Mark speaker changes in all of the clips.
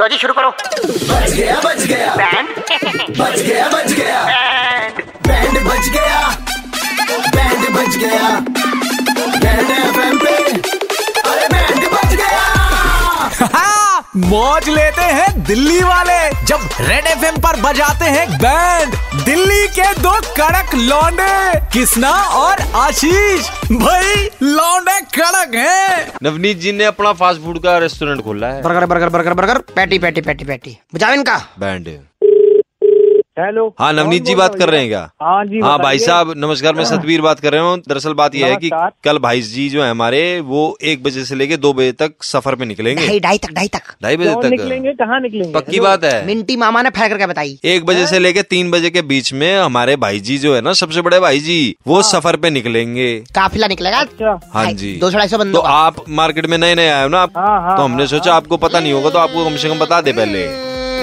Speaker 1: लो जी शुरू करो
Speaker 2: बच गया बच गया
Speaker 1: बैंड
Speaker 2: बच गया बच गया
Speaker 1: बैंड
Speaker 2: बैंड बच गया बैंड बच गया बैंड एफएम पे अरे बैंड बच गया
Speaker 3: हाँ, मौज लेते हैं दिल्ली वाले जब रेड एफ पर बजाते हैं बैंड दिल्ली के दो कड़क लौंडे कृष्णा और आशीष भाई लौंडे कड़क हैं
Speaker 4: नवनीत जी ने अपना फास्ट फूड का रेस्टोरेंट खोला है
Speaker 1: burger burger burger burger patty patty patty patty बजाओ इनका
Speaker 4: बैंड
Speaker 5: हेलो
Speaker 4: हाँ नवनीत
Speaker 5: कौन
Speaker 4: जी
Speaker 5: बोल
Speaker 4: बात
Speaker 5: रहे हो
Speaker 4: कर रहे हैं
Speaker 5: भैया?
Speaker 4: क्या
Speaker 5: हाँ जी
Speaker 4: हाँ
Speaker 5: बताइए।
Speaker 4: भाई साहब नमस्कार मैं सतवीर बात कर रहा हूँ दरअसल बात यह है कि
Speaker 5: नमस्कार।
Speaker 4: कल भाई जी जो है हमारे वो एक बजे से लेके दो बजे तक सफर पे निकलेंगे
Speaker 1: ढाई ढाई तक ढाई तक
Speaker 4: ढाई बजे
Speaker 5: क्यों निकलेंगे
Speaker 4: तक
Speaker 5: कहाँ निकलेंगे
Speaker 4: पक्की
Speaker 5: हेलो?
Speaker 4: बात है
Speaker 1: मिंटी मामा ने फैल करके बताई
Speaker 4: एक बजे से लेके तीन बजे के बीच में हमारे भाई जी जो है ना सबसे बड़े भाई जी वो
Speaker 5: हाँ।
Speaker 4: सफर पे निकलेंगे
Speaker 1: काफिला निकलेगा
Speaker 5: अच्छा
Speaker 4: हाँ
Speaker 1: ढाई-
Speaker 4: जी
Speaker 1: दो सौ ढाई सौ
Speaker 4: तो
Speaker 1: बंदों का।
Speaker 4: आप मार्केट में नए नए आए हो ना आप
Speaker 5: हाँ, हाँ,
Speaker 4: तो हमने सोचा आपको पता नहीं होगा तो आपको कम से कम बता दे पहले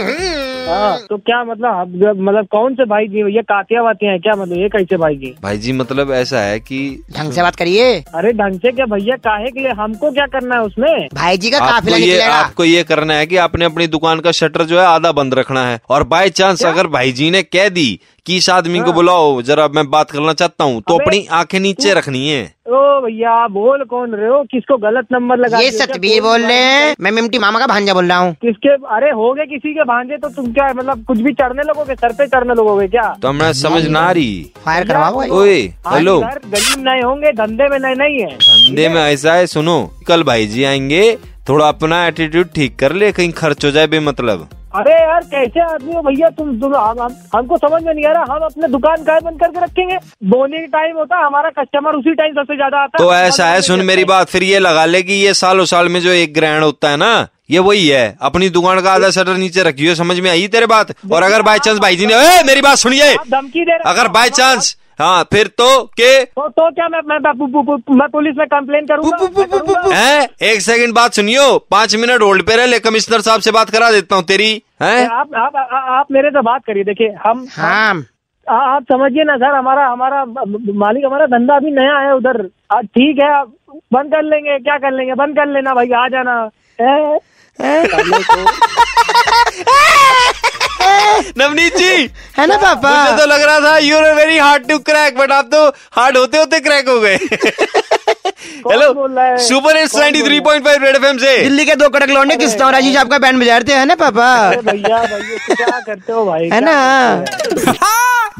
Speaker 5: हाँ तो क्या मतलब अब जब- मतलब कौन से भाई जी ये कातिया वाते हैं क्या मतलब ये कैसे भाई जी
Speaker 4: भाई जी मतलब ऐसा है कि
Speaker 1: ढंग से बात करिए
Speaker 5: अरे ढंग से क्या भैया काहे के लिए हमको क्या करना है उसमें
Speaker 1: भाई जी का
Speaker 4: आपको
Speaker 1: काफिला
Speaker 4: ये
Speaker 1: निकलेगा
Speaker 4: आपको ये करना है कि आपने अपनी दुकान का शटर जो है आधा बंद रखना है और बाय चांस अगर भाई जी ने कह दी कि इस आदमी को बुलाओ जरा मैं बात करना चाहता हूँ तो
Speaker 5: हाँ। अबे,
Speaker 4: अपनी आंखें नीचे रखनी है
Speaker 5: ओ भैया आप बोल कौन रहे हो किसको गलत नंबर लगा
Speaker 1: ये
Speaker 5: दिए क्या?
Speaker 1: सतबीर
Speaker 5: कौन
Speaker 1: बोल रहे
Speaker 5: भाई-
Speaker 1: हैं मैं मिमटी मामा का भांजा बोल रहा हूँ
Speaker 5: किसके अरे हो गए किसी के भांजे तो तुम क्या मतलब कुछ भी चढ़ने लगोगे सर पे चढ़ने लगोगे क्या
Speaker 4: तो हमें समझ ना आ रही
Speaker 1: फायर करवाओ भाई।
Speaker 4: ओए
Speaker 5: आज
Speaker 4: तो हेलो
Speaker 5: सर गरीब नए होंगे धंधे में नए नहीं है
Speaker 4: धंधे में ऐसा है सुनो कल भाई जी आएंगे थोड़ा अपना एटीट्यूड ठीक कर ले कहीं खर्च हो जाए बेमतलब
Speaker 5: अरे यार कैसे आदमी हो भैया तुम तुम हम, हम हमको समझ में नहीं आ रहा हम अपने दुकान काय बंद करके रखेंगे बोने का टाइम होता है हमारा कस्टमर उसी टाइम सबसे ज्यादा आता
Speaker 4: तो ऐसा है सुन मेरी बात फिर ये लगा ले कि ये सालों साल में जो एक ग्रहण होता है ना ये वही है अपनी दुकान का आधा शटर नीचे रखी हुई समझ में आई तेरे बात और अगर बाय चांस भाई जी ने ए, मेरी बात सुनिए
Speaker 5: आप धमकी दे रहे हो।
Speaker 4: अगर बाय चांस हाँ फिर तो के
Speaker 5: तो, तो क्या मैं मैं, मैं, पु- पु- पु- मैं पुलिस में कंप्लेन करूंगा मैं करूंगा।
Speaker 4: हैं एक सेकंड बात सुनियो पांच मिनट होल्ड पे रह ले कमिश्नर साहब से बात करा देता हूँ तेरी हैं
Speaker 5: आप आप आ- आ- आप मेरे से बात करिए देखिए हम
Speaker 1: हाँ
Speaker 5: आ, आप समझिए ना सर हमारा हमारा मालिक हमारा धंधा अभी नया है उधर आ, ठीक है आप बंद कर लेंगे क्या कर लेंगे बंद कर लेना भाई आ जाना ए,
Speaker 4: नवनीत जी
Speaker 1: है ना पापा
Speaker 4: मुझे तो लग रहा था you are very hard to crack but आप तो हार्ड होते होते क्रैक हो गए
Speaker 5: बोल रहा
Speaker 4: हेलो
Speaker 5: है?
Speaker 4: सुपर हिट्स
Speaker 5: कौन बोल रहा है?
Speaker 4: 93.5 रेड एफएम से
Speaker 1: दिल्ली के दो कड़क लौंडे किस्ता और राजीव आपका बैंड बजाते हैं ना पापा
Speaker 5: अरे भैया भैया क्या करते हो भाई
Speaker 1: है ना
Speaker 3: हाँ,